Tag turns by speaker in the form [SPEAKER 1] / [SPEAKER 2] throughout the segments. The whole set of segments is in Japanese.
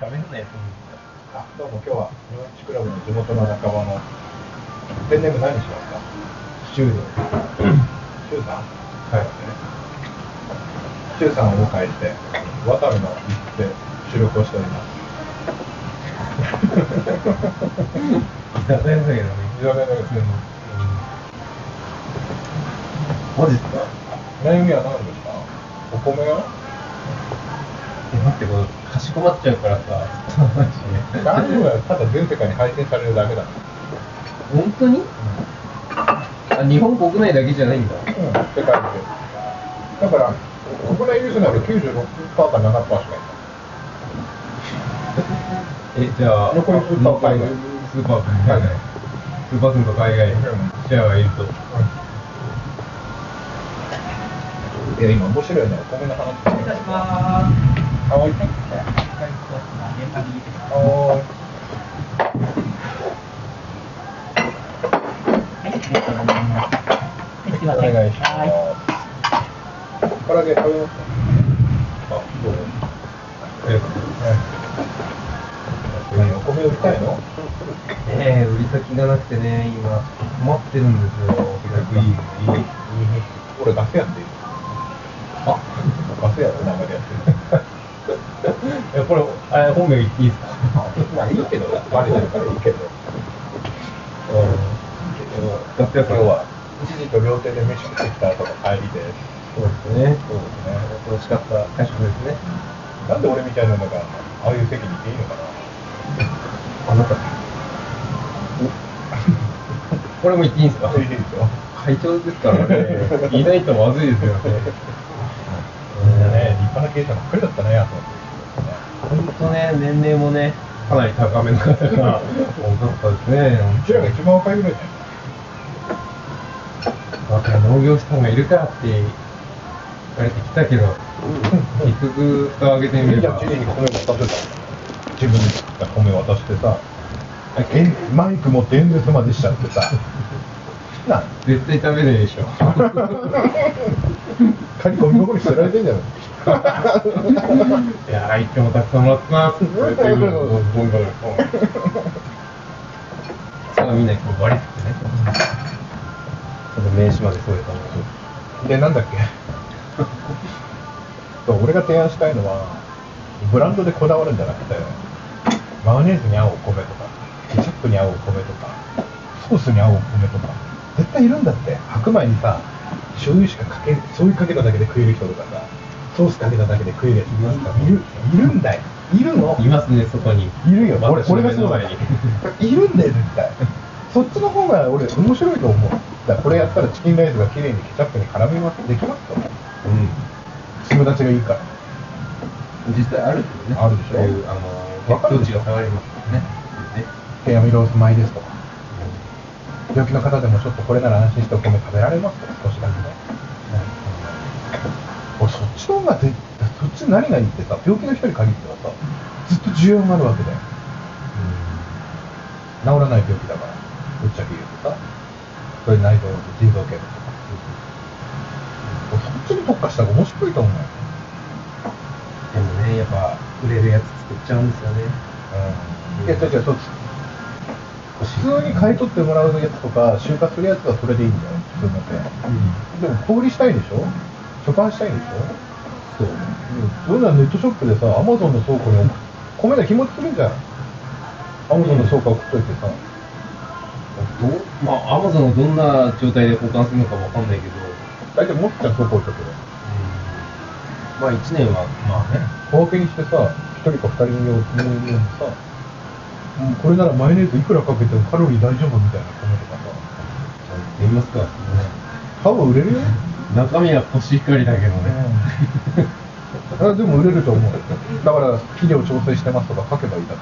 [SPEAKER 1] 喋るね、
[SPEAKER 2] あ、どうも今日は日本一クラブの地元の仲間のペンネーム何にしますか
[SPEAKER 1] その。
[SPEAKER 2] シュウさん
[SPEAKER 1] はい。
[SPEAKER 2] シュウさんをお迎えして渡るの行って収録をしております
[SPEAKER 1] 居酒屋だけどね。
[SPEAKER 2] 居酒屋だ
[SPEAKER 1] う
[SPEAKER 2] けど
[SPEAKER 1] ん
[SPEAKER 2] マジっすか悩みは何ですかお米は
[SPEAKER 1] え、待って、これ、かしこまっちゃうからさ、ちょっと待ってね
[SPEAKER 2] 何はただ全世界に配信されるだけだもん
[SPEAKER 1] 本当にあ、日本国内だけじゃないんだ。
[SPEAKER 2] うん、世界で。だから、国内優勝なら96%か7%しかいない。
[SPEAKER 1] え、じゃあ、
[SPEAKER 2] 残りスーパー海外
[SPEAKER 1] スーパー海外。スーパー君と海外
[SPEAKER 2] うん。
[SPEAKER 1] シェアがいると。
[SPEAKER 2] いや、今面白いね。お米の話してる。あ、おいしい。おーい。お願いします。唐揚げ食べますか。あ、どうぞ。
[SPEAKER 1] え
[SPEAKER 2] 何お米売りたいの？
[SPEAKER 1] ね え、売り先がなくてね、今、困ってるんですよ。逆に。
[SPEAKER 2] 俺ガスやっていいあガスやって中でやってる
[SPEAKER 1] え、これ、え本名言っていいですか
[SPEAKER 2] まあいいけどバレてるからいいけど
[SPEAKER 1] うん。
[SPEAKER 2] だってそれは一時と両手で飯食ってきた後の帰りで
[SPEAKER 1] そうですね。
[SPEAKER 2] そうですね
[SPEAKER 1] 美味しかった。大丈夫ですね。
[SPEAKER 2] なんで俺みたいなのがああいう席にいていいのか
[SPEAKER 1] あ
[SPEAKER 2] な
[SPEAKER 1] なた。 これも言っていいんですか
[SPEAKER 2] いいですよ
[SPEAKER 1] 会長ですからね。いないとまずいですよね。
[SPEAKER 2] みんなね立派な経営者ばっかりだったねあと
[SPEAKER 1] 本当ね、年齢もね、かなり高めの方が多かったですね。
[SPEAKER 2] うちらが一番若いぐらいじ
[SPEAKER 1] 若い農業士さんがいるからって言われてきたけど、結局、蓋を開けて
[SPEAKER 2] ゃな
[SPEAKER 1] み
[SPEAKER 2] い
[SPEAKER 1] れ
[SPEAKER 2] じゃ
[SPEAKER 1] ば
[SPEAKER 2] あ、チリに米渡してたもん自分で作った米渡してさえんマイク持って演説までしちゃってさ なん
[SPEAKER 1] 絶対食べないでしょ。
[SPEAKER 2] カニゴミ箱に捨てられてんじゃない
[SPEAKER 1] いやー、いつもたくさんもらってます。って言ってくるのボンボンボンボンさあ、みんなにこう割り振ってね。この名刺まで添えたのに。
[SPEAKER 2] で、なんだっけ そう俺が提案したいのは、ブランドでこだわるんじゃなくて、マヨネーズに合うお米とか、ケチャップに合うお米とか、ソースに合うお米とか、絶対いるんだって、白米にさ、醤油しかかけ、醤油かけただけで食える人とかさ、ソースかけただけで食えるやついますかいる、いるんだよ。いるの
[SPEAKER 1] いますね、そこに。
[SPEAKER 2] いるよ、俺
[SPEAKER 1] 私の
[SPEAKER 2] 俺がそうだ
[SPEAKER 1] 目の
[SPEAKER 2] よ。いるんだよ、絶対。そっちの方が俺、面白いと思う。だからこれやったらチキンライスが綺麗にケチャップに絡めます、できますと思う。友達がいいから。
[SPEAKER 1] うん。実際あるってね。
[SPEAKER 2] あるでしょ
[SPEAKER 1] そういう、あの、血糖値が下がりますからね。ね。
[SPEAKER 2] 手編みロース米ですとか。病気の方でもちょっとこれなら安心してお米食べられますとか、少しだけね。俺、そっちの方がで、そっち何がいいってさ、病気の人に限ってはさ、ずっと需要があるわけだよ。治らない病気だから、ぶっちゃけ言うとさ、それ内臓、腎臓系とか、うんそっちに特化した方が面白いと思うよ。
[SPEAKER 1] でもね、やっぱ、売れるやつ作っちゃうんですよね。
[SPEAKER 2] いや、違う違う、そう普通に買い取ってもらうやつとか、就活するやつはそれでいいんだよ、普通のって。
[SPEAKER 1] うん。
[SPEAKER 2] でも、小売りしたいでしょ所管したいでしょ
[SPEAKER 1] そう。
[SPEAKER 2] そういうのはネットショップでさ、アマゾンの倉庫に送っ米で日持ちするじゃん。アマゾンの倉庫送っといてさ。
[SPEAKER 1] どうまあ、アマゾンがどんな状態で保管するのかわかんないけど、
[SPEAKER 2] 大体持ってた倉庫置いとくよ。
[SPEAKER 1] まあ1年は、まあね。
[SPEAKER 2] 小分けにしてさ、一人か二人用にさ、うんこれならマヨネーズいくらかけてもカロリー大丈夫みたいな米とかさ、
[SPEAKER 1] じゃあ行ってみますか。
[SPEAKER 2] 多分売れるよ。
[SPEAKER 1] 中身はコシヒカリだけどね。
[SPEAKER 2] あでも売れると思う。だから、肥料調整してますとか書けばいいだけ。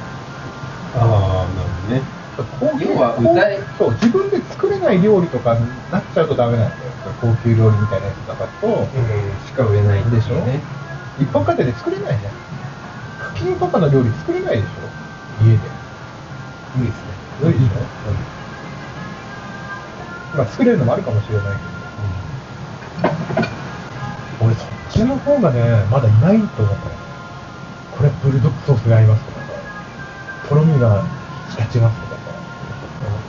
[SPEAKER 1] ああ、なるほどね。
[SPEAKER 2] 高
[SPEAKER 1] 要は
[SPEAKER 2] 高
[SPEAKER 1] うざい
[SPEAKER 2] そう、自分で作れない料理とかになっちゃうとダメなんだよ。高級料理みたいなやつとかだと、
[SPEAKER 1] うん、しか売れない
[SPEAKER 2] でしょ
[SPEAKER 1] ね。
[SPEAKER 2] 一般家庭で作れないじゃん。課金パパの料理作れないでしょ家で。
[SPEAKER 1] 無理ですね。
[SPEAKER 2] 無理でしょまあ、作れるのもあるかもしれないけど、俺そっちの方がね、まだいないと思ったよ。これ、ブルドッグソースが合いますとかさとろみが引き立ちますとか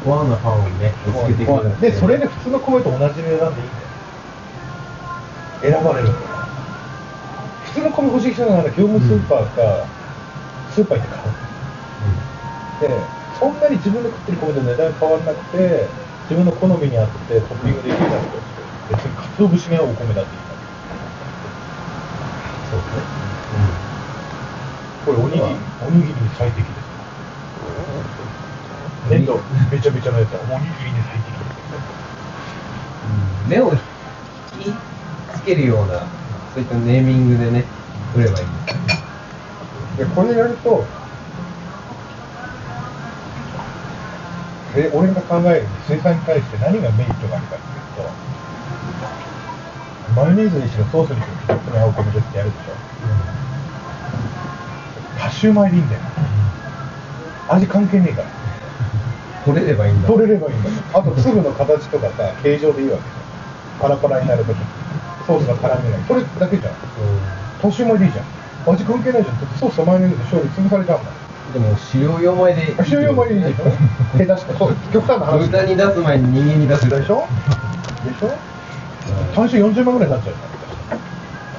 [SPEAKER 1] コアなファンをね、見つけていく
[SPEAKER 2] さでそれで普通の米と同じ値段でいいんだよ選ばれるんだよ普通の米欲しい人なら業務スーパーか、スーパー行って買うでそんなに自分で食ってる米と値段変わらなくて自分の好みに合ってトッピングできるなって別にかつお節に合うお米だっていいからそうですねこれおにぎりおにぎりに最適です粘土べちゃべちゃのやつはおにぎりに最適で
[SPEAKER 1] う
[SPEAKER 2] す
[SPEAKER 1] ん目を引きつけるような、そういったネーミングでね、売ればいいんですよね。
[SPEAKER 2] でこれやるとで俺が考える生産に対して何がメリットがあるかっていうとマヨネーズにしろソースにしろ一つに合う米ですってやるでしょ多種米でいいんだよ味関係ねえから
[SPEAKER 1] 取れればいいんだ。
[SPEAKER 2] 取れればいいんだよあと粒の形とかさ形状でいいわけじゃんパラパラになるときソースが絡めないそれだけじゃん多種米でいいじゃん味関係ないじゃんだってソースとマヨネーズで勝利潰されちゃうんだよ
[SPEAKER 1] でも、狩猟用米で。
[SPEAKER 2] 塩用米でいい でしょ手出してそう極端な話
[SPEAKER 1] 豚に出す前に人間に出す。
[SPEAKER 2] でしょでしょ単身40万ぐらいになっちゃうじゃ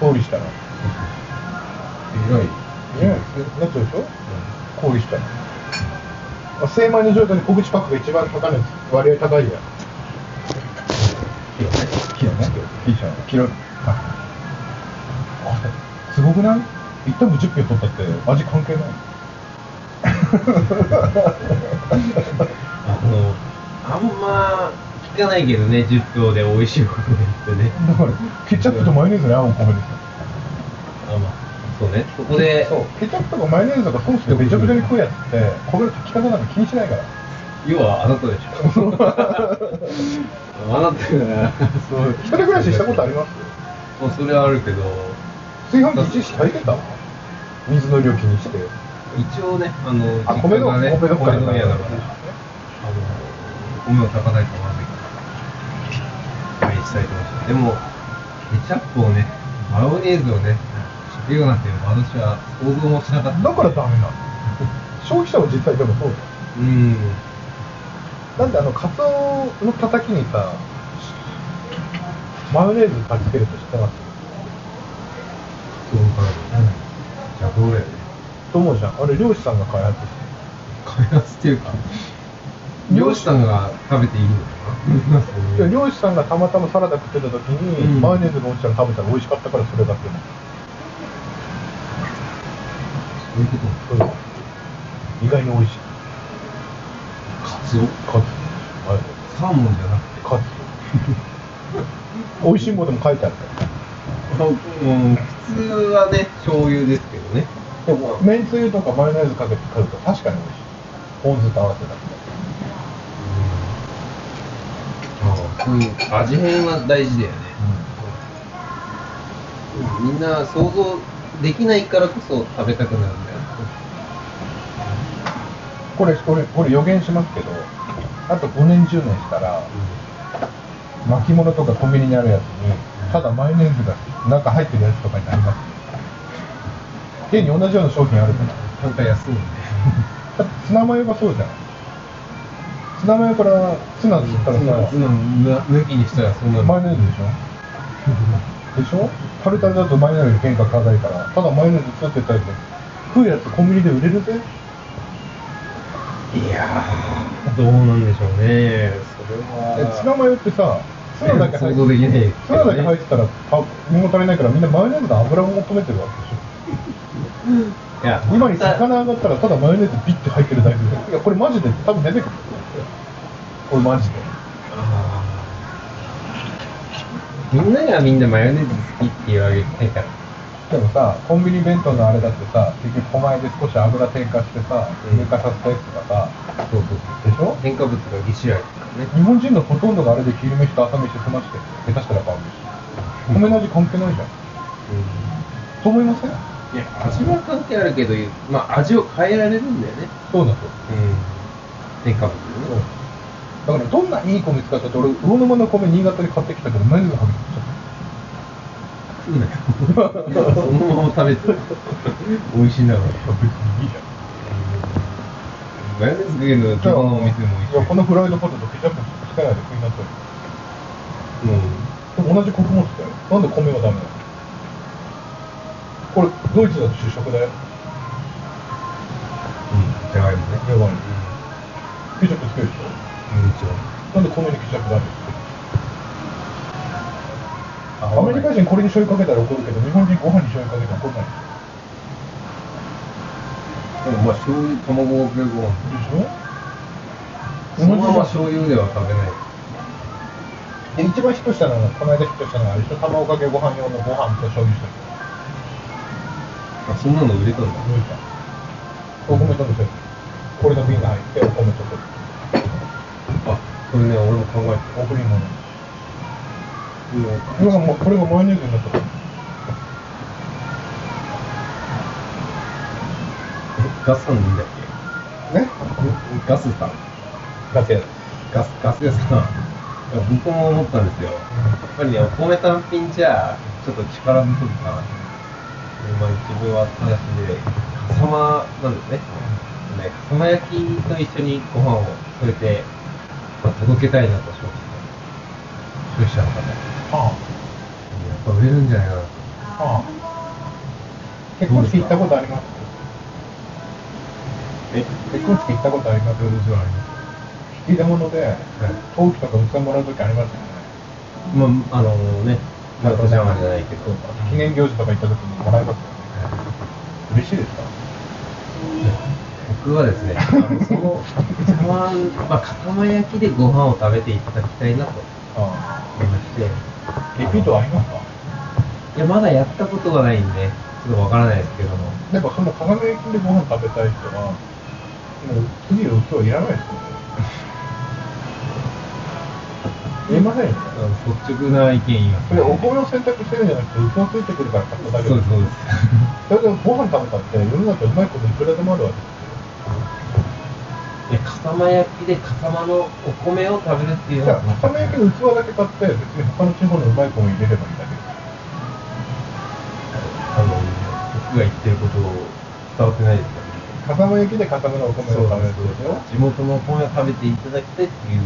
[SPEAKER 2] ん氷したらね
[SPEAKER 1] 広い。
[SPEAKER 2] なっちゃうでしょ氷したら、まあ、精米の状態で小口パックが一番高値割合高いやん
[SPEAKER 1] キロね。
[SPEAKER 2] キロねいいじゃんキロあすごくない一旦10票取ったって味関係ない
[SPEAKER 1] あの、あんま聞かないけどね、10秒で美味しいことってね。
[SPEAKER 2] だからケチャップとマヨネーズに合うお米ですよ
[SPEAKER 1] あ、まあ、そうね。そこで、
[SPEAKER 2] そうケチャップとかマヨネーズとかソースってべちゃべちゃに食うやつって米の炊き方なんか気にしないから
[SPEAKER 1] 要はあなたでし ょ。あなたが、そう
[SPEAKER 2] 一人暮らししたことあります
[SPEAKER 1] もうそれはあるけど、
[SPEAKER 2] 炊飯器一時炊いてた水の量気にして
[SPEAKER 1] 一応ね、あの、
[SPEAKER 2] あ米の
[SPEAKER 1] 実家がね、
[SPEAKER 2] 米の
[SPEAKER 1] 米の家だから、あの、米を炊かないとまずいから、毎日炊いてました。でも、ケチャップをね、マヨネーズをね、知るようなんていうのは私は想像もしなかった。
[SPEAKER 2] だからダメなの消費者は実際でもそうだよ
[SPEAKER 1] うん。
[SPEAKER 2] なんであのカツオのたたきにさマヨネーズかけると知ってます、
[SPEAKER 1] そうかな。じゃあどれ
[SPEAKER 2] と思うじゃんあれ漁師さんが開発して
[SPEAKER 1] 開発っていうか、漁師さんが食べていいのかなそう
[SPEAKER 2] いや
[SPEAKER 1] いう。
[SPEAKER 2] 漁師さんがたまたまサラダ食ってた時に、
[SPEAKER 1] うん
[SPEAKER 2] マヨネーズの落ちたの食べたら美味しかったからそれだけ
[SPEAKER 1] そういうことなの
[SPEAKER 2] 意外に美味しい
[SPEAKER 1] カツオ
[SPEAKER 2] カツマヨネー
[SPEAKER 1] サーモンじゃなくて
[SPEAKER 2] ズカツ美味しいもんでも書いてあるから
[SPEAKER 1] そう、うん、普通はね、醤油ですけどね。
[SPEAKER 2] でもめんつゆとかマヨネーズかけて食うと確かに美味しいポン酢と合わせたら
[SPEAKER 1] あそういう味変は大事だよね。みんな想像できないからこそ食べたくなるんだよ。
[SPEAKER 2] これこれこれ予言しますけどあと5年10年したら巻物とかコンビニにあるやつにただマヨネーズが中入ってるやつとかになります現に同じような商品あるから
[SPEAKER 1] なんか安いね。
[SPEAKER 2] だってツナマヨがそうじゃんツナマヨからツナっつったらさ、
[SPEAKER 1] 抜きにしたらそんな
[SPEAKER 2] マヨネーズでしょでしょタルタルだとマヨネーズに原価高いからただマヨネーズつってたりで食うやつコンビニで売れるぜ
[SPEAKER 1] いやー、どうなんでしょうね。それ
[SPEAKER 2] で
[SPEAKER 1] は。
[SPEAKER 2] ツナマヨってさツナだけ入
[SPEAKER 1] 想
[SPEAKER 2] っ
[SPEAKER 1] 像
[SPEAKER 2] て
[SPEAKER 1] できないけどね。
[SPEAKER 2] ツナだけ入ってたらあ物足りないからみんなマヨネーズの油を求めてるわけでしょ
[SPEAKER 1] いや、
[SPEAKER 2] 今に
[SPEAKER 1] また
[SPEAKER 2] 魚上がったらただマヨネーズビッて入ってるだけでいやこれマジで多分出てくるこれマジで
[SPEAKER 1] みんながみんなマヨネーズ好きっていうわけじゃないから。
[SPEAKER 2] でもさコンビニ弁当のあれだってさ結局小前で少し油添加してさ
[SPEAKER 1] うん
[SPEAKER 2] 乳化させたやつとかさ
[SPEAKER 1] そうそう
[SPEAKER 2] でしょ
[SPEAKER 1] 添加物がぎっしり入ってるからね。
[SPEAKER 2] 日本人のほとんどがあれで昼飯と朝飯済まして下手したら晩飯米の味関係ないじゃんと思いません
[SPEAKER 1] いや、味は関係あるけど、まあ、味を変えられるんだよね。
[SPEAKER 2] そうなんですよ
[SPEAKER 1] うん。添加物ね。
[SPEAKER 2] そうだからどんないい米使ったって俺魚沼の米新潟で買ってきたけどマヨネーズかけてきちゃっ
[SPEAKER 1] 食うなよ そのまま食べて美味しいんだから
[SPEAKER 2] 別にいいじゃん
[SPEAKER 1] マヨネーズかけるのどこのお店でも美味しい
[SPEAKER 2] いやこのフライドポテトケチャップつけないで食いなさい
[SPEAKER 1] うん
[SPEAKER 2] でも同じ穀物だよなんで米はダメなのこれドイツだと主食だよ
[SPEAKER 1] うんじゃがいもね
[SPEAKER 2] やばいね
[SPEAKER 1] う
[SPEAKER 2] ケチャップつけるでし
[SPEAKER 1] ん一応
[SPEAKER 2] ょなんで米にケチャップダメアメリカ人これに醤油かけたら怒るけど日本人ご飯に醤油かけたら怒らない
[SPEAKER 1] でもまあ醤油卵かけご飯
[SPEAKER 2] でしょ
[SPEAKER 1] そのまま醤油では食べない
[SPEAKER 2] で一番ヒットしたのはこの間ヒットしたのはあれでしょ卵かけご飯用のご飯と醤油して
[SPEAKER 1] あそんなの売れたんだ
[SPEAKER 2] どうしたお米とのせるこれの瓶が入ってお米と取る
[SPEAKER 1] あそれね俺も考えて
[SPEAKER 2] 贈り物
[SPEAKER 1] た
[SPEAKER 2] これがもうこれがマヨネーズになったと
[SPEAKER 1] ガスさんでいいんだっ
[SPEAKER 2] ね
[SPEAKER 1] けガスさん
[SPEAKER 2] ガスや
[SPEAKER 1] ガスガス屋さんいや僕も思ったんですよやっぱりねお米単品じゃちょっと力不足かなまあ自分は正しでかさまなんですねね、かさま焼きと一緒にご飯を添えて、まあ、届けたいなと消費消費者の方にや
[SPEAKER 2] あ
[SPEAKER 1] っぱ売れるんじゃないかなと
[SPEAKER 2] あああ結婚式行ったことあります
[SPEAKER 1] え
[SPEAKER 2] 結婚式行ったことあります
[SPEAKER 1] もちろんありま
[SPEAKER 2] 引き出物で陶器とか器もらうときありますよね
[SPEAKER 1] すまああのねなんかじゃじゃないけど
[SPEAKER 2] そうか記念行事とか行ったときにもらいますよね嬉しいですか
[SPEAKER 1] 僕はです ね、あのその、かさま、まあ、かさま焼きでご飯を食べていただきたいなと
[SPEAKER 2] あ
[SPEAKER 1] 思いまして、
[SPEAKER 2] あリピートはありますか
[SPEAKER 1] いや、まだやったことがないんで、ちょっとわからないですけども、
[SPEAKER 2] やっぱその鏡焼きでご飯食べたい人は、もう次の器いらないですよね。言えませんよね。
[SPEAKER 1] あの率直な意見言います、
[SPEAKER 2] それお米を選択してるんじゃなくて、器ついてくるから買っただけ
[SPEAKER 1] そう
[SPEAKER 2] で
[SPEAKER 1] ですす、そうです。
[SPEAKER 2] それでもご飯食べたって、世の中うまいこといくらでもあるわけで
[SPEAKER 1] いや、かさま焼きでかさまのお米を食べるってい
[SPEAKER 2] す
[SPEAKER 1] う
[SPEAKER 2] よ。
[SPEAKER 1] の
[SPEAKER 2] じ
[SPEAKER 1] は
[SPEAKER 2] ゃあ、、鏡焼きの器だけ買って、別に他の地方のうまい米入れればいいんだけど。
[SPEAKER 1] あの、僕が言ってることを伝わってないですか
[SPEAKER 2] 笠間焼きで笠間のお米
[SPEAKER 1] ね。
[SPEAKER 2] を食べるんですよ。
[SPEAKER 1] 地元のお米を食べていただきたいっていう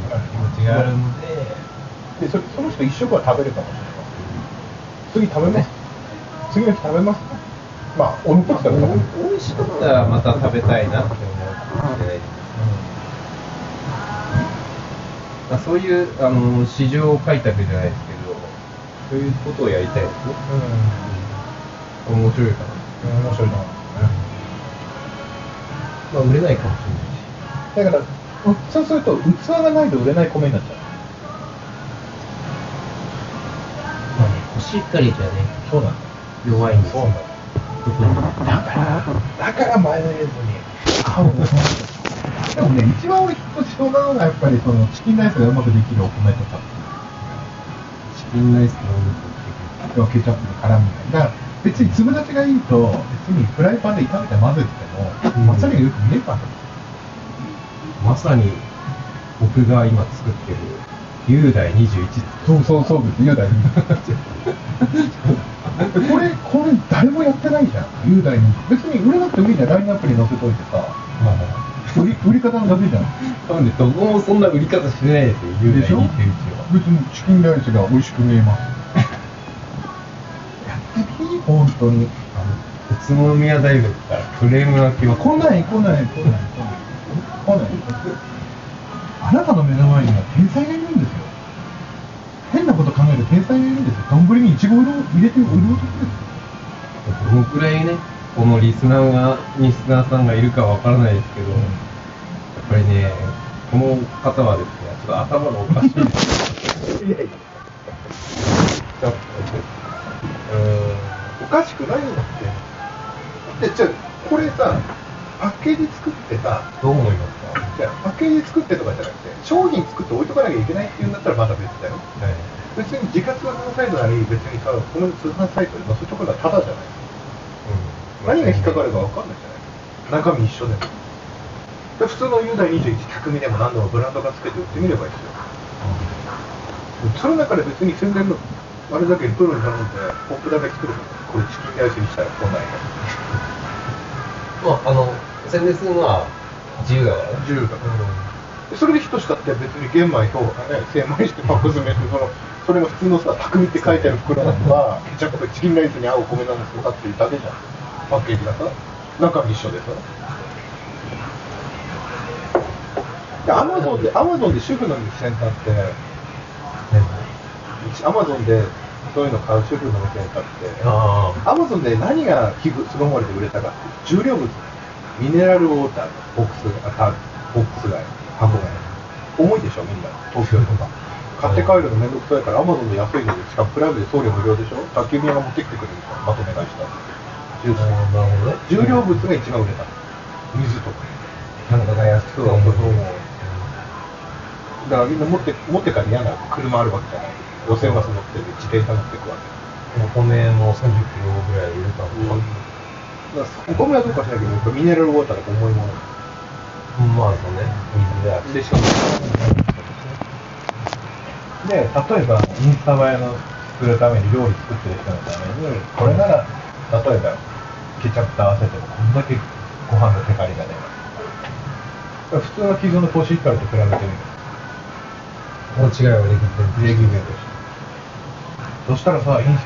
[SPEAKER 1] 気持ちがあるので、
[SPEAKER 2] でそれその人一食は食べるかもしれない。次食べます。次の日食べますか。まあ、お肉食べたら。
[SPEAKER 1] 美味しかったらまた食べたいなって思うじゃないですかそういうあの市場開拓じゃないですけどそういうことをやりたいですね面白いかな、
[SPEAKER 2] うん、面白いな、
[SPEAKER 1] まあ、売れないかもし
[SPEAKER 2] だからうそうすると器がないと売れない米になっちゃ
[SPEAKER 1] れないし、まあね、コシヒカリじゃね
[SPEAKER 2] うそうなんだ
[SPEAKER 1] 弱いんです
[SPEAKER 2] そう
[SPEAKER 1] よ
[SPEAKER 2] なんだ
[SPEAKER 1] 特に
[SPEAKER 2] だからだからマヨネーズに合うんだでもね一番俺きっと必要なのがやっぱりそのチキンライスがうまくできるお米とか
[SPEAKER 1] チキンライスの
[SPEAKER 2] 要はケチャップに絡むみたいなだから別に粒立ちがいいと別にフライパンで炒めて混ぜてて
[SPEAKER 1] う
[SPEAKER 2] も、
[SPEAKER 1] ん
[SPEAKER 2] まさによく見えるわけ
[SPEAKER 1] まさに僕が今作ってる雄大21って
[SPEAKER 2] そうそうそうです雄大にこれこれ誰もやってないじゃん雄大に別に売れなくてもいいじゃん LINE アプリに載せといてさ
[SPEAKER 1] まあ
[SPEAKER 2] 売り売り方のだけじゃん
[SPEAKER 1] 多分ねどこもそんな売り方してないですよ雄
[SPEAKER 2] でし
[SPEAKER 1] 大21
[SPEAKER 2] ょ
[SPEAKER 1] は
[SPEAKER 2] 別にチキンライスが美味しく見えますやってみ本当に
[SPEAKER 1] 宇都宮大学からクレームが来ま
[SPEAKER 2] 来ない来ない来ない来ない来ないあなたの目の前には天才がいるんですよ変なこと考える天才がいるんですよ丼にイチゴを入れて売ろうとするんですよ
[SPEAKER 1] どのくらいね、このリスナーが、リスナーさんがいるかわからないですけど、やっぱりね、この方はですね、ちょっと頭がおかしいです。
[SPEAKER 2] いやいや
[SPEAKER 1] ちょっとう
[SPEAKER 2] おかしくないんだってでじゃあこれさパッケージ作ってさ
[SPEAKER 1] ーんどう思いますか
[SPEAKER 2] じゃあパッケージ作ってとかじゃなくて商品作って置いとかなきゃいけないっていうんだったらまだ別だよ
[SPEAKER 1] はい。
[SPEAKER 2] 別に自家通販サイトなり別にさこの通販サイトで載せとくのはただじゃない何が引っかかるか分かんないじゃない中身一緒でもで普通の雄大21匠でも何でもブランドがつけて売ってみればいいですよその中で別に宣伝のあれだけプロに頼んでポップだけ作るこれチキンライスにしたらこんなんや
[SPEAKER 1] まあ、あの、宣伝するのは自由だからね。
[SPEAKER 2] 自由だからでそれでヒットしたって別に玄米とかね精米して箱詰めってそのそれが普通のさ匠って書いてある袋なのがケチャップとチキンライスに合うお米なんですとかっていうだけじゃんパッケージだから中身一緒でさでアマゾンでアマゾンで主婦の店になってアマゾンでそういうの買う主婦の店になって
[SPEAKER 1] あ
[SPEAKER 2] アマゾンで何が寄付そのまでで売れたかって重量物ミネラルウォーターのボックスがあボックスが箱が重いでしょみんな東京とか買って帰るのめんどくさいからアマゾンで安いのでしかもプライムで送料無料でしょ宅急便が持ってきてくれるからまとめ買いしたジュースで
[SPEAKER 1] なるほどね。
[SPEAKER 2] 重量物が一番売れた水とか
[SPEAKER 1] 単価が安くは思う。
[SPEAKER 2] だからみんな持って持って帰り嫌なの車あるわけじゃない路線バス乗ってる自転車乗ってくわけ
[SPEAKER 1] お米も30キロぐらい売れた
[SPEAKER 2] だ
[SPEAKER 1] のか
[SPEAKER 2] からゴミはどうかしらんけどやっぱミネラルウォーターだと重いもの
[SPEAKER 1] な。まあ、そうね。水である。
[SPEAKER 2] でしかも
[SPEAKER 3] で例えばインスタ映えのするために料理作ってる人のためにこれなら例えばケチャップと合わせてもこんだけご飯のテカリが出ます普通の既存のコシヒカリと比べてみる
[SPEAKER 1] この違いはできて
[SPEAKER 3] レギュメントしてそしたらさインス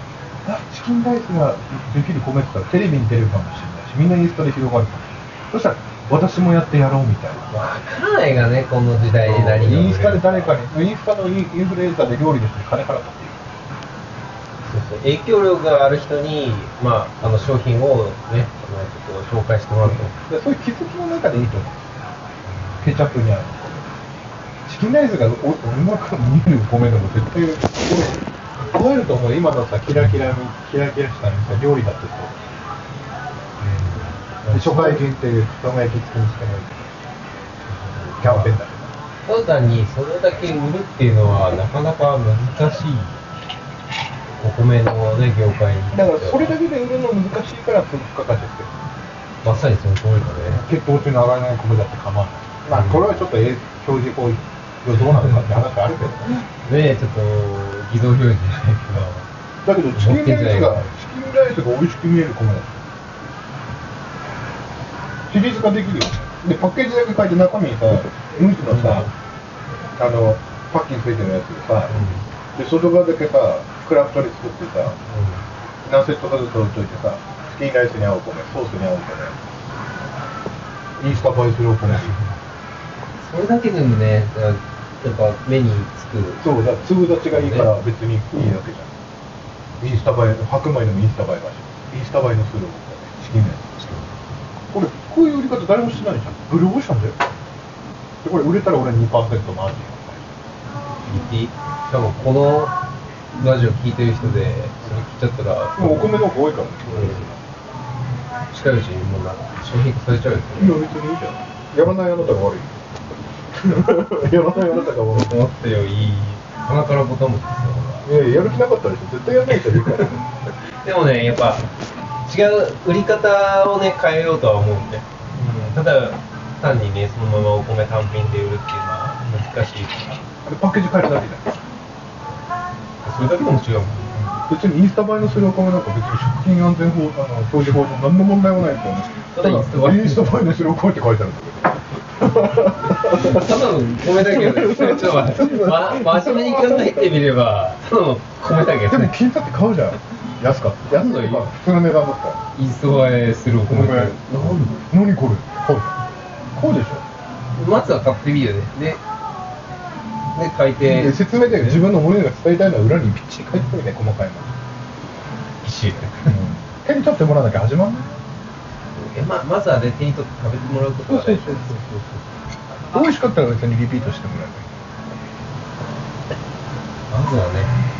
[SPEAKER 3] あチキンライスができる米って言ったらテレビに出るかもしれないしみんなインスタで広がるかもしれないそしたら私もやってやろうみたいな
[SPEAKER 1] わからないがね、この時代に何が売れるか。
[SPEAKER 3] インスタで誰かにインスタのインインフルエンサーで料理の人に金払ったっていう
[SPEAKER 1] そうそう影響力がある人に、まあ、あの商品をね、あのちょっと紹介してもらうと。
[SPEAKER 3] でそういう気づきの中でいいと思う。ケチャップにあるチキンライスがおうまく見える米でも絶対
[SPEAKER 2] 覚えると思う今のさキラキラみキラキラした店料理だってそう
[SPEAKER 3] 初回限定で人が行きつけにしてもいいキャンペーンだ
[SPEAKER 1] ただにそれだけ売るっていうのはなかなか難しいお米のね業界に
[SPEAKER 2] だからそれだけで売るの難しいからその付加価値って
[SPEAKER 1] まさにその通りだね
[SPEAKER 3] 血糖値の上がらない米だって構わない
[SPEAKER 2] まあこれはちょっとえ表示こうどうなのかって話あるけどね
[SPEAKER 1] ねえちょっと偽造表示じゃない
[SPEAKER 2] だけどチキンライスがチキンライスが美味しく見える米だってシリーズ化できるよでパッケージだけ書いて中身にさムースのさ、あのパッキンついてるやつでさ、で外側だけさクラフトで作ってさ何セットかずつ置いといてさチキンライスに合う米ソースに合う米インスタ映えするお米
[SPEAKER 1] けど、うん、それだけでもねやっぱ目につく
[SPEAKER 2] そうだ粒立ちがいいから別にいいだけじゃんインスタ映え白米でもインスタ映えだしインスタ映えのするお米チキンライスこれこういう売り方誰もしないじゃんブルーオーシャンだよでこれ売れたら俺2%マージン
[SPEAKER 1] しかもこのラジオ聞いてる人でそれ聞いちゃったら
[SPEAKER 2] もうお米の方が多いからね
[SPEAKER 1] うん近いうちにもうな商品化されちゃうよね
[SPEAKER 2] いや別にいいじゃんやらないあなたが悪い やらないあなたが悪い
[SPEAKER 1] 思ったより鼻からボタン持ってさ
[SPEAKER 2] いやいややる気なかったでしょ絶対やらない人いる から
[SPEAKER 1] でもねやっぱ違う売り方をね変えようとは思うんで、うん、ただ単にねそのままお米単品で売るっていうのは難しいから
[SPEAKER 2] あれパッケージ変えるだけじゃん
[SPEAKER 1] それだけでも違うもんね
[SPEAKER 2] 別にインスタ映えのするお米なんか別に食品安全法あの表示法上何の問題もないですよね
[SPEAKER 1] た
[SPEAKER 2] た
[SPEAKER 1] だ
[SPEAKER 2] だ
[SPEAKER 1] インスタ映え
[SPEAKER 2] インスタ映えのするお米って書いてあるんだけど
[SPEAKER 1] ただの米だけどねちょっと待って、ま、真面目に考えてみればただの米だけ
[SPEAKER 2] で
[SPEAKER 1] ど
[SPEAKER 2] も
[SPEAKER 1] ね
[SPEAKER 2] 聞いたって買うじゃん安かった安いとか普通の値段だったら
[SPEAKER 1] インスタ映えするお
[SPEAKER 2] お米
[SPEAKER 1] 米だけど
[SPEAKER 2] 何これ買うじゃん買うでしょ
[SPEAKER 1] まずは買ってみるよねでで書いて
[SPEAKER 2] で説明で自分の思いが伝えたいのは裏にびっちり書いておいて細かいも
[SPEAKER 1] 一周
[SPEAKER 2] の、手に取ってもらわなきゃ始まんない
[SPEAKER 1] えままずはね手に取って食べてもらうことが大事です
[SPEAKER 2] 美味しかったら別にリピートしてもらえばいい
[SPEAKER 1] まずはね。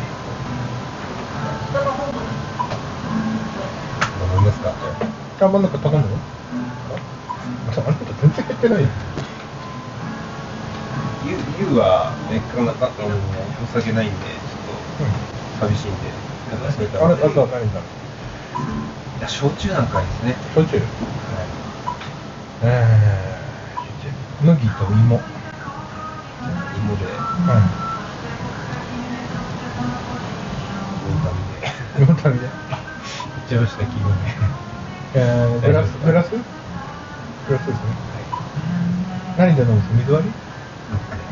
[SPEAKER 1] 飲みますか。
[SPEAKER 2] 看板なんか頼むのああなた全然減ってないよ
[SPEAKER 1] ゆゆうはねかなかもうお酒ないんでちょっと寂しいんで。なんかそういった
[SPEAKER 2] あ
[SPEAKER 1] の
[SPEAKER 2] な
[SPEAKER 1] で
[SPEAKER 2] たは何だろ
[SPEAKER 1] いや焼酎なんかいいですね。
[SPEAKER 2] う焼酎えー、麦と芋うん
[SPEAKER 1] 芋で。
[SPEAKER 2] あ日本旅で。
[SPEAKER 3] っちゃいました、気分ね。
[SPEAKER 2] えー、グラス、グラスグラスですね。何で飲むんですか水割り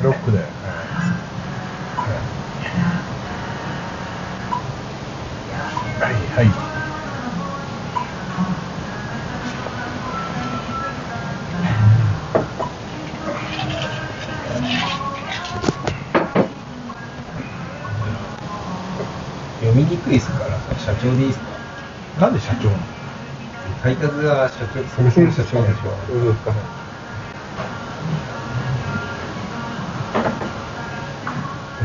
[SPEAKER 2] ロックで。はい、はい。
[SPEAKER 1] 読みにくいですから社長でいいですか
[SPEAKER 2] なんで社長なの
[SPEAKER 1] 配達は社長そもそも社長でしょ
[SPEAKER 2] そうですかね。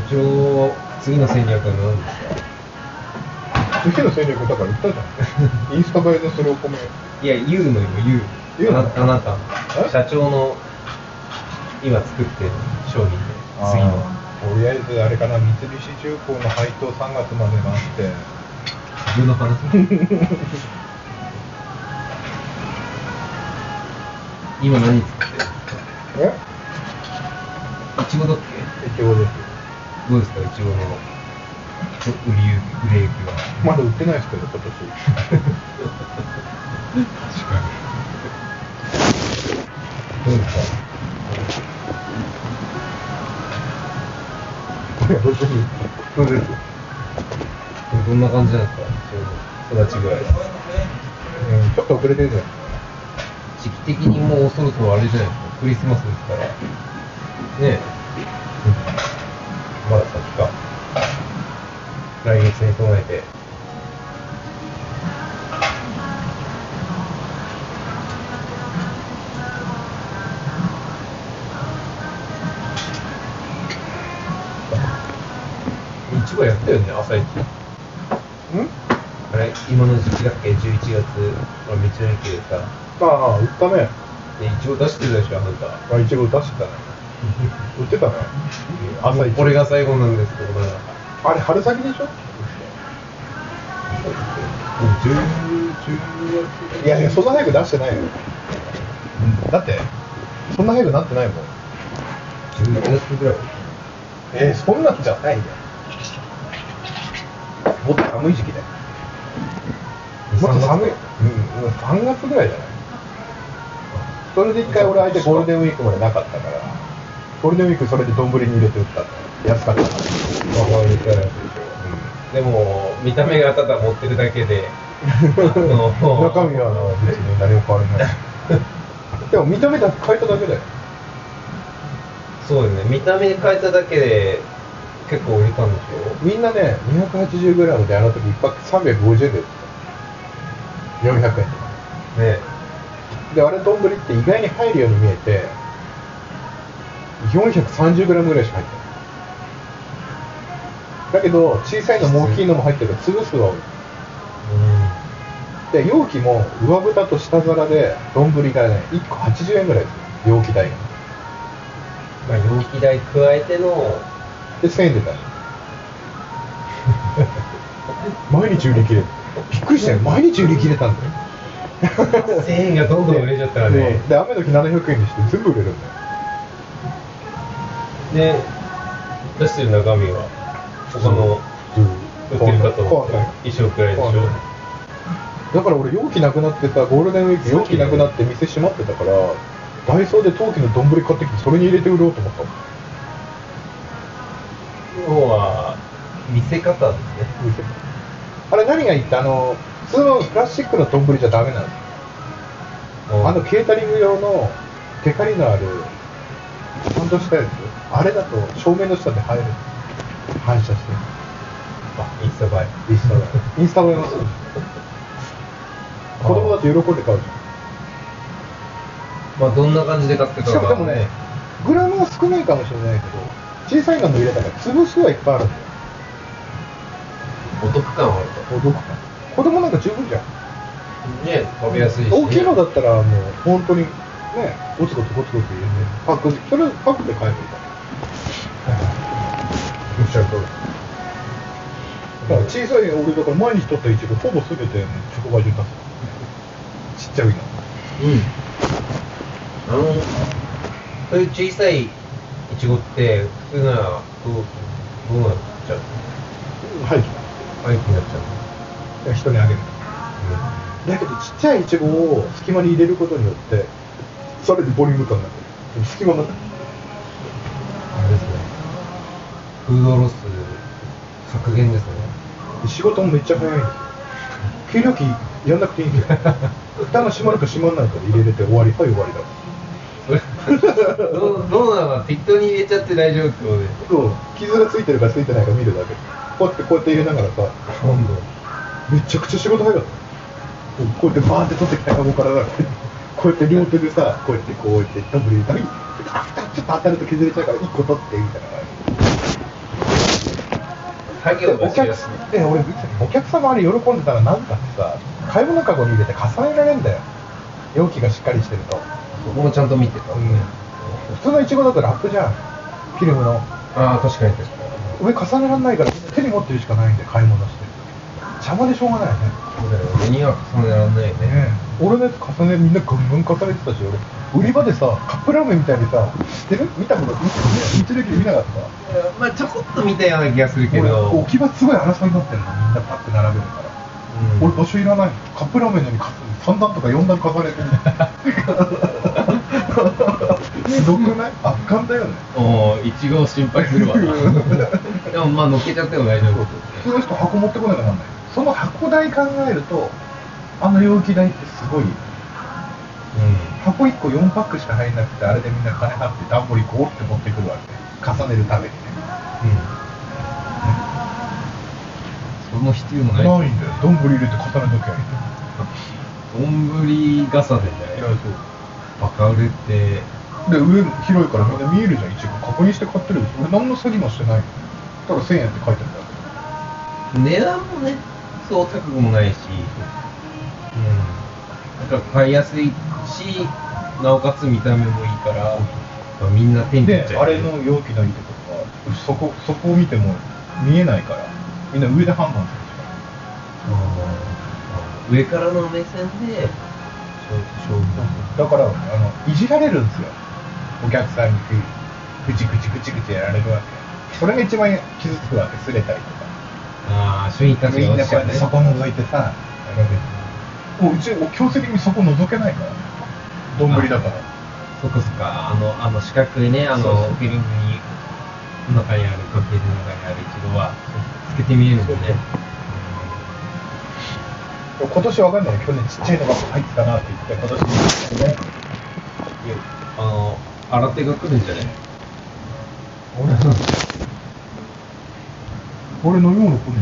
[SPEAKER 1] 社長次の戦略は何ですか
[SPEAKER 2] 次の戦略だから言ったじゃん。インスタ映えのするお米。
[SPEAKER 1] いや言うのよ言
[SPEAKER 2] 言
[SPEAKER 1] う
[SPEAKER 2] う
[SPEAKER 1] あ
[SPEAKER 2] の
[SPEAKER 1] なあなた
[SPEAKER 2] え
[SPEAKER 1] 社長の今作ってる商品で次の
[SPEAKER 2] とりあえずあれかな、三菱重工の配当3月までがあって、
[SPEAKER 1] 自分の話 今何作ってる
[SPEAKER 2] え
[SPEAKER 1] いちごだっけ
[SPEAKER 2] いちごです。
[SPEAKER 1] どうですかいちごの売り売れ行きは
[SPEAKER 2] まだ売ってないですけど、今年。
[SPEAKER 1] 確かにどうですか
[SPEAKER 2] いや、 別に。
[SPEAKER 1] そうですどんな感じなんですかちょうど育ち具合
[SPEAKER 2] うん、ちょっと遅れてるじゃん。
[SPEAKER 1] 時期的にもうそろそろあれじゃないですかクリスマスですからねえ
[SPEAKER 2] まだ先か。
[SPEAKER 1] 来月に備えて
[SPEAKER 3] 市場やったよね、朝一。
[SPEAKER 2] うん
[SPEAKER 1] あれ今の時期だっけ11月ほら道の駅でさ
[SPEAKER 2] ああ、売ったね。
[SPEAKER 1] でいちご出してるでしょあなた
[SPEAKER 2] あ、いちご出してたね。売ってた ね。朝一
[SPEAKER 1] これが最後なんですけどまだでも
[SPEAKER 2] あれ、春先でしょ
[SPEAKER 1] 10 10
[SPEAKER 2] いやいや、そんな早く出してないよ。だって、そんな早くなってないもん。
[SPEAKER 1] 月11月ぐらい
[SPEAKER 2] えー、そんなんじゃないよ。もっと寒い時期だよ。もっと寒い。うん、もう3月ぐらいじゃないそれで一回俺相手ゴールデンウィークまでなかったから、ゴールデンウィークそれで丼に入れて売ったんだよ安かったから。
[SPEAKER 1] まあ言ったらでも見た目がただ持ってるだけであの
[SPEAKER 2] 中身は別に何も変わら ない。でも認めた変えただけだよ。
[SPEAKER 1] そうですね見た目変えただけで結構売れたんでしょ
[SPEAKER 2] みんなね、280g であの時1泊350円で売ってた。400円とか。
[SPEAKER 1] ね
[SPEAKER 2] であれ丼って意外に入るように見えて 430g ぐらいしか入ってないだけど小さいのも大きいのも入ってるから粒数は多いで容器も上蓋と下皿で丼がね1個80円ぐらいする容器代が
[SPEAKER 1] まあ容器代加えての
[SPEAKER 2] で1000円で出した毎日売り切れびっくりしたよ毎日売り切れたんだよ
[SPEAKER 1] 1000円がどんどん売れちゃったらね
[SPEAKER 2] で雨の日700円にして全部売れるんだよ
[SPEAKER 1] で出してる中身は他の売ってるかと思っ
[SPEAKER 2] 変わんない
[SPEAKER 1] て一緒くらいでしょ
[SPEAKER 2] 変わんないだから俺容器なくなってたゴールデンウィーク容器なくなって店閉まってたからダイソーで陶器の丼買ってきてそれに入れて売ろうと思ったもん
[SPEAKER 1] 要は見せ方ですね
[SPEAKER 2] 店あれ何がいいってあの普通のプラスチックの丼じゃダメなのあのケータリング用のテカリのあるちゃんとしたやつあれだと正面の下で入る反射して
[SPEAKER 1] インスタ映
[SPEAKER 2] インスタ映えインスタ映えもする子供だと喜んで買うじゃん
[SPEAKER 1] えまあどんな感じで買ってた
[SPEAKER 2] し
[SPEAKER 1] の
[SPEAKER 2] かも
[SPEAKER 1] か
[SPEAKER 2] でもね、グラムは少ないかもしれないけど、小さいのも入れたから、潰すはいっぱいあるんだよ、
[SPEAKER 1] お得感はあると
[SPEAKER 2] お得感。子供なんか十分じゃん。
[SPEAKER 1] ね食べやすいしね
[SPEAKER 2] 大きいのだったら、もう本当にね、ゴツゴツゴツゴツ入れて、パック、それパックで買えばいいから。おっしゃる通り。だから小さい俺だから毎日取ったイチゴ、ほぼ全て直売所に出す。ちっちゃいの。
[SPEAKER 1] うん。あの、そういう小さいイチゴって、普通ならどう、どうなっちゃう
[SPEAKER 2] はい。
[SPEAKER 1] 廃棄になっちゃう
[SPEAKER 2] 人にあげるだけどちっちゃいイチゴを隙間に入れることによってそれでボリューム感になってる隙間
[SPEAKER 1] あ
[SPEAKER 2] が
[SPEAKER 1] れですね。フードロス削減 ですね。
[SPEAKER 2] 仕事もめっちゃ早いんですよ計量器やんなくていいんですよ蓋が閉まるか閉まらないかで入れれて終わりはい終わりだ
[SPEAKER 1] それどうどうなのかな適当に入れちゃって大丈夫ってことで。
[SPEAKER 2] そう傷がついてるかついてないか見るだけこうやってこうやって入れながらさ
[SPEAKER 1] 温度。
[SPEAKER 2] めちゃくちゃ仕事早かったこうやってバーンって取ってきたカゴからだからこうやって両手でさこうやってこうやってダブル入れたりあちょっと当たると削れちゃうから1個取ってみたいな感じ
[SPEAKER 1] 作業が
[SPEAKER 2] お
[SPEAKER 1] し
[SPEAKER 2] 客
[SPEAKER 1] やすい。
[SPEAKER 2] え俺お客様あれ喜んでたらなんかってさ買い物カゴに入れて重ねられんだよ容器がしっかりしてると、
[SPEAKER 1] そこもちゃんと見てた。
[SPEAKER 2] 普通のイチゴだとラップじゃんフィルムの
[SPEAKER 1] ああ、確かに確かに。
[SPEAKER 2] 上重ねられないから手に持ってるしかないんで買い物してる邪魔でしょうがないよね
[SPEAKER 1] そうだよ。俺には重ねらんないよね。
[SPEAKER 2] ね俺のやつ重ねみんなぐんぐん重ねてたし俺売り場でさカップラーメンみたいにさ知ってる見たこと見てる道の駅で見なかった
[SPEAKER 1] まあちょこっと見たような気がするけ
[SPEAKER 2] 俺
[SPEAKER 1] ど。
[SPEAKER 2] 置き場すごい争いになってるのみんなパッて並べるか
[SPEAKER 1] う
[SPEAKER 2] ら、
[SPEAKER 1] ん
[SPEAKER 2] 俺場所いらないカップラーメンのように3段とか4段重ねてるすごくない圧巻だよね
[SPEAKER 1] おーいちごを心配するわなでもまあ乗っけちゃっても大丈夫
[SPEAKER 2] 普通の人箱持ってこなきゃなんないその箱代考えるとあの容器代ってすごい箱1個4パックしか入らなくてあれでみんな金払ってダンボリこうって持ってくるわけ重ねるためにね
[SPEAKER 1] うん、その必要もない
[SPEAKER 2] ないんだよどんぶり入れて重ねときゃいい
[SPEAKER 1] 丼重さでね
[SPEAKER 2] いやそ
[SPEAKER 1] バカ売れって
[SPEAKER 2] うで上も広いからみんな見えるじゃん一応確認して買ってるでしょ俺何の詐欺もしてないのただ1000円って書いてあるだ
[SPEAKER 1] 値段もねそう高くもないし、うん、なんか買いやすいしなおかつ見た目もいいから、まあみんな手
[SPEAKER 2] け
[SPEAKER 1] に取
[SPEAKER 2] で
[SPEAKER 1] っちゃう
[SPEAKER 2] あれの容器のいいところはそこそこを見ても見えないからみんな上で判断するしかない
[SPEAKER 1] 上からの目線で
[SPEAKER 2] だからあのいじられるんですよお客さんにくちくちくちくちやられるわけそれが一番傷つくわけすれたりとか
[SPEAKER 1] ああ主義
[SPEAKER 2] みんなこうやってそこ覗いてさもううちもう強制的にそこ覗けないから丼だから
[SPEAKER 1] そっかそっか、あの、あの四角いね、あ
[SPEAKER 2] そう
[SPEAKER 1] の
[SPEAKER 2] そう、
[SPEAKER 1] フィルムに、中にある、関係の中にある一度は、透けて見えるもんね。
[SPEAKER 2] でも今年わかんない去年ちっちゃいのが入ってたなって言って今年ね
[SPEAKER 1] いやあの、新手が来るんじゃない
[SPEAKER 2] 俺の俺飲み物来ね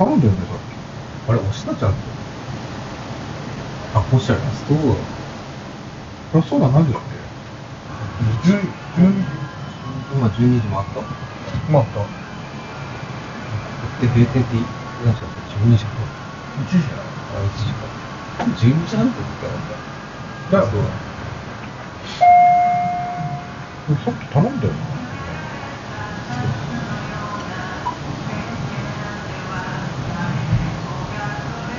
[SPEAKER 2] えの頼んだよねさっ
[SPEAKER 1] あれ、押したちゃんって。あ、押したよ。そうだ。
[SPEAKER 2] きラストーダ何時だっけ10 12
[SPEAKER 1] 今12時もあった
[SPEAKER 2] また
[SPEAKER 1] で、閉店って、何時だった ?12 時か。
[SPEAKER 2] 1時だ
[SPEAKER 1] あ、1時か。12時半って言った
[SPEAKER 2] だ
[SPEAKER 1] ら
[SPEAKER 2] から
[SPEAKER 1] そうだ。
[SPEAKER 2] さっき頼んだよな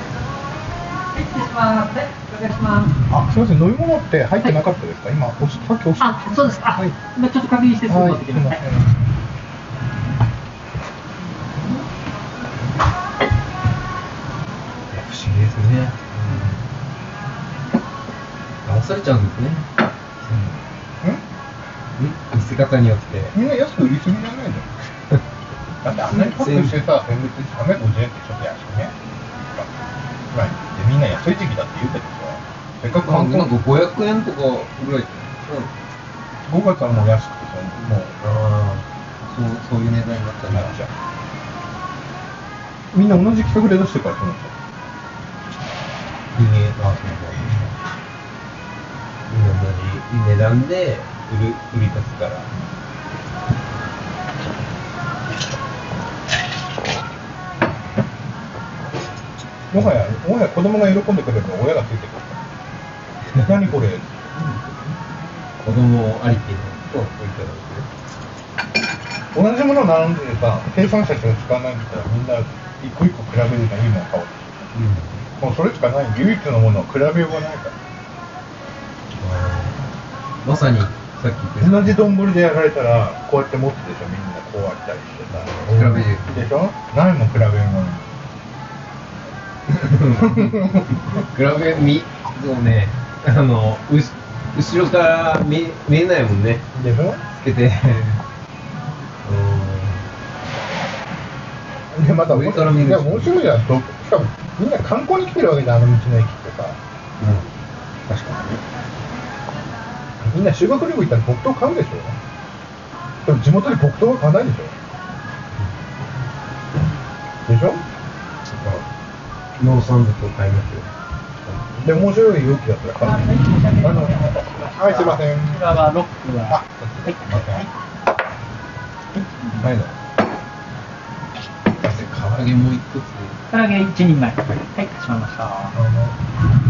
[SPEAKER 4] 失礼します。はい、お願いします。
[SPEAKER 2] あすいません飲み物って入ってなかったですか、今押しさっき押し
[SPEAKER 4] あ、そうですか。
[SPEAKER 2] はい
[SPEAKER 4] 今ちょっと確認してすぐ持ってきます。はい
[SPEAKER 1] 不思議ですね。騙されちゃうんですね。ん見せ方によって。
[SPEAKER 2] みんな安く売りすぎじゃないのだってあんなにパックしてさ、先月350円ってちょっと安くね。まあ、でみんな安い時期だって言うけどさ、せっかく
[SPEAKER 1] な
[SPEAKER 2] 観
[SPEAKER 1] ん
[SPEAKER 2] 光
[SPEAKER 1] か500円とかぐらい。うん。
[SPEAKER 2] 5月はもう安くてさ、もう、
[SPEAKER 1] ああ。そう、そういう値段になった
[SPEAKER 2] な
[SPEAKER 1] な。
[SPEAKER 2] っちゃう。みんな同じ企画で出してるから、その人。
[SPEAKER 1] いいね。あそう同じ値段で売る、売り出すから。
[SPEAKER 2] もはや、もはや子供が喜んでくれるから親がついてくるから。何これ
[SPEAKER 1] 子供ありきの。
[SPEAKER 2] そう、そういただいて同じものを並んでてさ、生産者しか使わないんだったらみんな一個一個比べるじゃん、いいもの買おうと。
[SPEAKER 1] うん。
[SPEAKER 2] もうそれしかない唯一のものは比べようがないか
[SPEAKER 1] まさに、さっき
[SPEAKER 2] ら
[SPEAKER 1] 言っ
[SPEAKER 2] 同じ丼でやられたらこうやって持つでしょみんなこうあったりしてさ
[SPEAKER 1] 比べる
[SPEAKER 2] でしょ何も比べるの に
[SPEAKER 1] グラフが見、そうね、あの、うし後ろから見見えないもんね、
[SPEAKER 2] でしょ
[SPEAKER 1] つけて。
[SPEAKER 2] でまた
[SPEAKER 1] 上から見るし
[SPEAKER 2] でも面白いじゃんとしかもみんな観光に来てるわけじゃんあの道の駅ってさ
[SPEAKER 1] うん、確かにね。
[SPEAKER 2] みんな修学旅行行ったら黒糖買うでしょでも地元で黒糖は買わないでしょでしょ
[SPEAKER 1] 農産物を買いますよ。
[SPEAKER 2] で面白い容器だったら買うあのはいすいません
[SPEAKER 4] 裏はロックは。
[SPEAKER 2] あ
[SPEAKER 4] は
[SPEAKER 2] な
[SPEAKER 4] い。
[SPEAKER 2] いの
[SPEAKER 1] 唐揚げもう一つ。
[SPEAKER 4] 唐揚げ一人前。はい、かしこまりました。
[SPEAKER 2] あ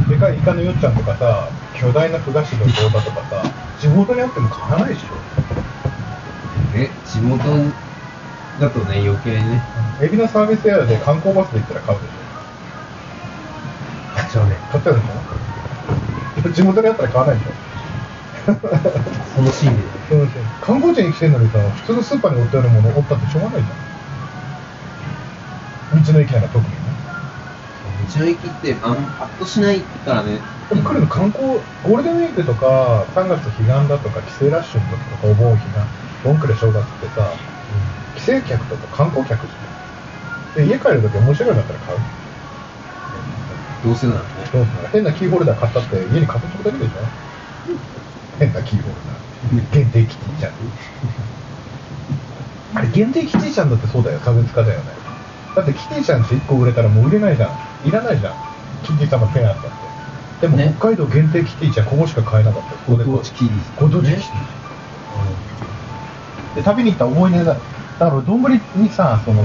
[SPEAKER 2] のでかいイカのよっちゃんとかさ巨大なふ菓子の餃子とかさ地元にあっても買わないでしょ
[SPEAKER 1] え、地元だとね、余計ね。
[SPEAKER 2] エビのサービスエリアで観光バスで行ったら買うでし
[SPEAKER 1] あ、そ
[SPEAKER 2] ょ
[SPEAKER 1] うね。
[SPEAKER 2] 買っちゃうでしょでも地元にあったら買わないでしょ
[SPEAKER 1] そのシーンで。
[SPEAKER 2] そうですよ観光地に来てんのにさ普通のスーパーに売ってあるものを売ったってしょうがないじゃん道の駅なんか特にね
[SPEAKER 1] 道の駅って、あんパッとしないからね。
[SPEAKER 2] でも来るの観光ゴールデンウィークとか3月彼岸だとか帰省ラッシュの時とかお盆日が盆暮れ正月ってさ帰省客とか観光客じゃんで家帰る時面白いんだったら買う
[SPEAKER 1] どうせならね。
[SPEAKER 2] どうすんの変なキーホルダー買ったって家に飾っておくだけでしょ変なキーホルダー限定キティちゃんあれ限定キティちゃんだってそうだよ差別化だよねだってキティちゃんって1個売れたらもう売れないじゃんいらないじゃんキティ様ペアだってでも
[SPEAKER 4] ね
[SPEAKER 2] 北海道限定キティちゃんここしか買えなかったよここで
[SPEAKER 1] ご当地キリ
[SPEAKER 2] ご当地キティで旅に行った思い出だだからどんぶりにさその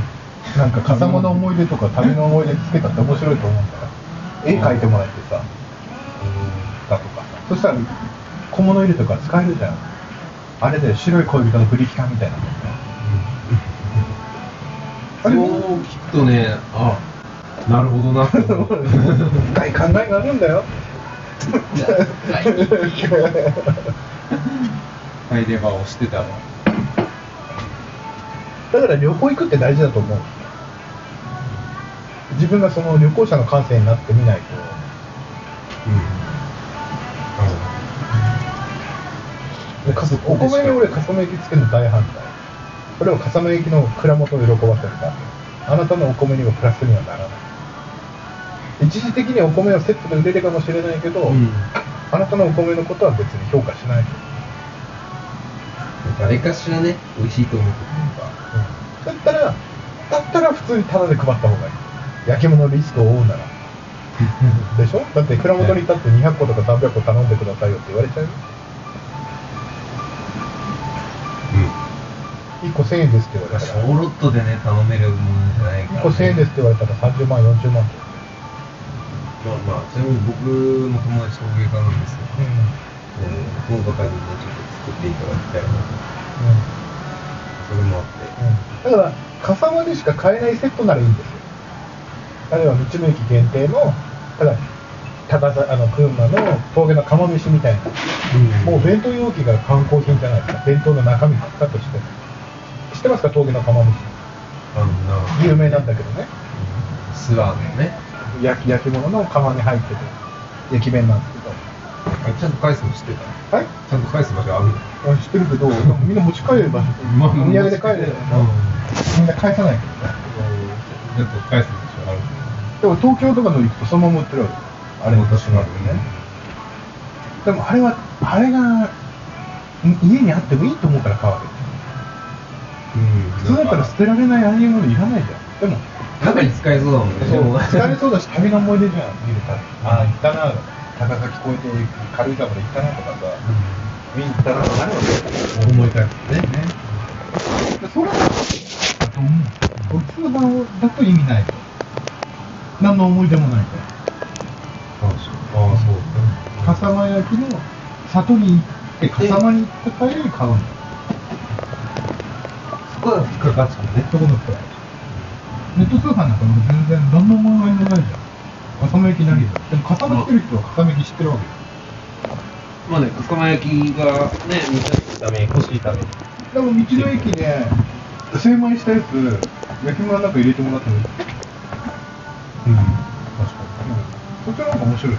[SPEAKER 2] なんか笠間の思い出とか旅の思い出つけたって面白いと思うんだよ絵描いてもらってさだとかそしたら小物入れとか使えるじゃんあれで白い恋人のブリキカみたいなの
[SPEAKER 1] そう聞くとね、あ、なるほどなって思う。
[SPEAKER 2] 深い考えがあるんだ よ
[SPEAKER 1] 入れ歯をしてたわ。
[SPEAKER 2] だから旅行行くって大事だと思う自分がその旅行者の感性になってみないとでかすお米に俺笠間焼きつけるの大反対俺は笠間焼きの蔵元を喜ばせるからあなたのお米にはプラスにはならない一時的にお米をセットで売れるかもしれないけど、
[SPEAKER 1] うん
[SPEAKER 2] あなたのお米のことは別に評価しないと
[SPEAKER 1] 誰かしらね、美味しいと思う。
[SPEAKER 2] だったらだったら普通にタダで配った方がいい焼き物のリスクを負うならでしょだって蔵元に立って200個とか300個頼んでくださいよって言われちゃうよ1個1000円ですって言われたら
[SPEAKER 1] 小ロットでね、頼めるものじゃないから、
[SPEAKER 2] 1個1000円ですって言われたら30万40万と
[SPEAKER 1] まあまあ、ちなみに僕の友達陶芸家なんですよ。えー、今回にね、ちょっと作っていただきたいな。それもあって。
[SPEAKER 2] だから笠間でしか買えないセットならいいんですよあるいは道の駅限定のただ高さあの群馬の峠の釜飯みたいなもう弁当容器が観光品じゃないですか弁当の中身がカットして知ってますか峠の釜飯
[SPEAKER 1] あのな、
[SPEAKER 2] 有名なんだけどね
[SPEAKER 1] スワーのね、
[SPEAKER 2] 焼き焼き物の釜に入ってて焼き弁なんですけ
[SPEAKER 1] あれちゃんと返すの知ってた
[SPEAKER 2] どはい
[SPEAKER 1] ちゃんと返す場所あるの
[SPEAKER 2] あ知ってるけどみんな持ち帰ればお土産で帰ればみんな返さないけどね
[SPEAKER 1] ちゃんと返す場所ある
[SPEAKER 2] でも東京とかの行くとそのまま売ってるわけあれ私もあるよねでもあれはあれがん家にあってもいいと思うから買うわけ
[SPEAKER 1] うん
[SPEAKER 2] 普通だったら捨てられないああいうものいらないじゃんでも
[SPEAKER 1] かなり使えそうだもんね
[SPEAKER 2] そう疲れ
[SPEAKER 1] う
[SPEAKER 2] そうだし旅の思い出じゃん見るたああ行ったな高崎越えて軽井沢まで行ったなとかさ見に行ったなとかなるわけ思い返すねねそれだと思う普通のだと意味ないと何の思い出もないから
[SPEAKER 1] ああそう
[SPEAKER 2] 笠間焼きの里に行って笠間に行った帰りに買うんだよ
[SPEAKER 1] そこは引っかかっちゃうね
[SPEAKER 2] そこの人はネット通販なんかもう全然何の問題もないじゃん笠間焼き何だでも笠間来てる人は笠間焼き知ってるわけよ
[SPEAKER 1] まあね、笠間焼きがね、見たいために欲しいために
[SPEAKER 2] でも道の駅ね、精米したやつ、焼き物の中入れてもらってもいい。うん、確か面白い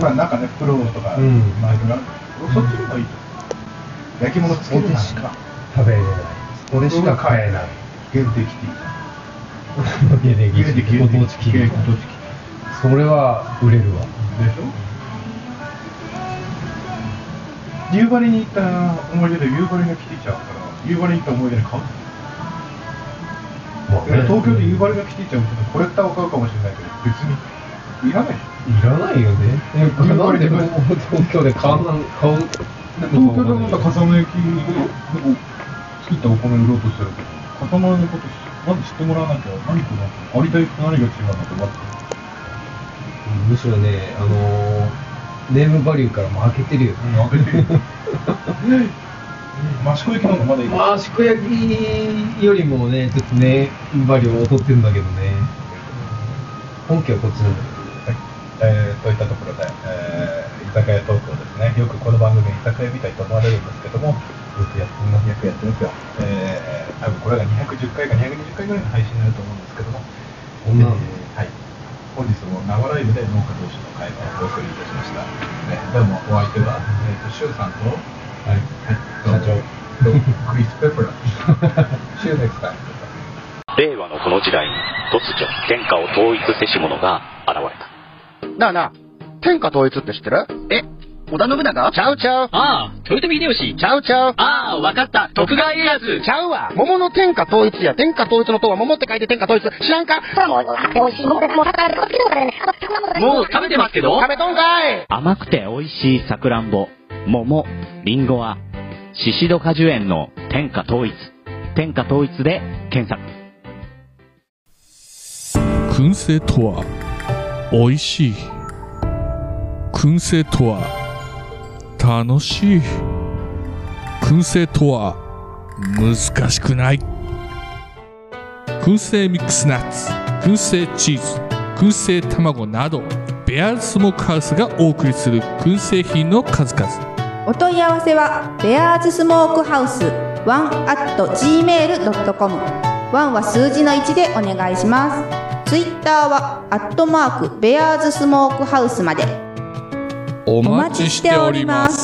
[SPEAKER 2] まあなんかねプロとか、
[SPEAKER 1] うん
[SPEAKER 2] まあいろいろあるそっちの方がいいと、焼き物つけるなら
[SPEAKER 1] そこでしか食べれないそれしか買えない
[SPEAKER 2] 限定キテ
[SPEAKER 1] 家で
[SPEAKER 2] ィ限定キティ
[SPEAKER 1] ご当地キ
[SPEAKER 2] 限
[SPEAKER 1] ー
[SPEAKER 2] 定ご当地キ
[SPEAKER 1] それは売れるわ
[SPEAKER 2] ティでしょ夕張に行った思い出で夕張のキティちゃうから夕張に行った思い出で買う
[SPEAKER 1] まあ
[SPEAKER 2] いや
[SPEAKER 1] ね
[SPEAKER 2] 東京で夕張
[SPEAKER 1] い
[SPEAKER 2] が来ていちゃうとコレクターを買うかもしれないけど別にいらないでしょ
[SPEAKER 1] らないよねえ
[SPEAKER 2] 夕
[SPEAKER 1] なん
[SPEAKER 2] 張で
[SPEAKER 1] で東京で買わなん買う
[SPEAKER 2] 東京でまた笠間焼きを作ったお米売ろうとしてるけど笠間のことまず知ってもらわなきゃ何この有田焼きと何が違うのって待って
[SPEAKER 1] むしろねあのーネームバリューからも負けてるよ
[SPEAKER 2] うん開けてる益子焼きなんかまだいい
[SPEAKER 1] まあ宿焼きよりもねちょっとねバリュー劣ってるんだけどね本家はこっちなんだけど
[SPEAKER 3] はいえー、といったところで、えー居酒屋トークをですねよくこの番組居酒屋みたいと思われるんですけどもよくやってますよくやってますよ、えー、多分これが210回か220回ぐらいの配信になると思うんですけども
[SPEAKER 1] こんなのね
[SPEAKER 3] えーはい本日も生ライブで農家同士の会話をお送りいたしました、えーどうもお相手は、えー、とシュウさんと
[SPEAKER 1] はい
[SPEAKER 3] 社長クリス・ペプラ シュウですか
[SPEAKER 5] 令和のこの時代に突如天下を統一せし者が現れた
[SPEAKER 6] なあなあ、天下統一って知ってるえ、織田信長ちゃうちゃう。
[SPEAKER 7] ああ、豊臣秀吉。
[SPEAKER 6] ちゃうちゃう。
[SPEAKER 7] ああ、わかった。徳川家康。
[SPEAKER 6] ちゃうわ。桃の天下統一や。天下統一の塔は桃って書いて天下統一。知らんかもう、美味しいものです。もう、たくさん
[SPEAKER 7] もう食べてますけど。
[SPEAKER 6] 食べとんかい
[SPEAKER 8] 甘くて美味しいさくらんぼ、桃、りんごは、シシド果樹園の天下統一、天下統一で検索。
[SPEAKER 9] 燻製とは美味しい燻製とは楽しい燻製とは難しくない燻製ミックスナッツ燻製チーズ燻製卵などベアーズスモークハウスがお送りする燻製品の数々
[SPEAKER 10] お問い合わせはベアーズスモークハウス1 at gmail.com 1は数字の1でお願いしますツイッターはアットマークベアーズスモークハウスまで
[SPEAKER 9] お
[SPEAKER 10] お待
[SPEAKER 9] 待
[SPEAKER 10] ち
[SPEAKER 9] ち
[SPEAKER 10] し
[SPEAKER 9] してて
[SPEAKER 10] お
[SPEAKER 9] お
[SPEAKER 10] り
[SPEAKER 9] り
[SPEAKER 10] ま
[SPEAKER 9] ますす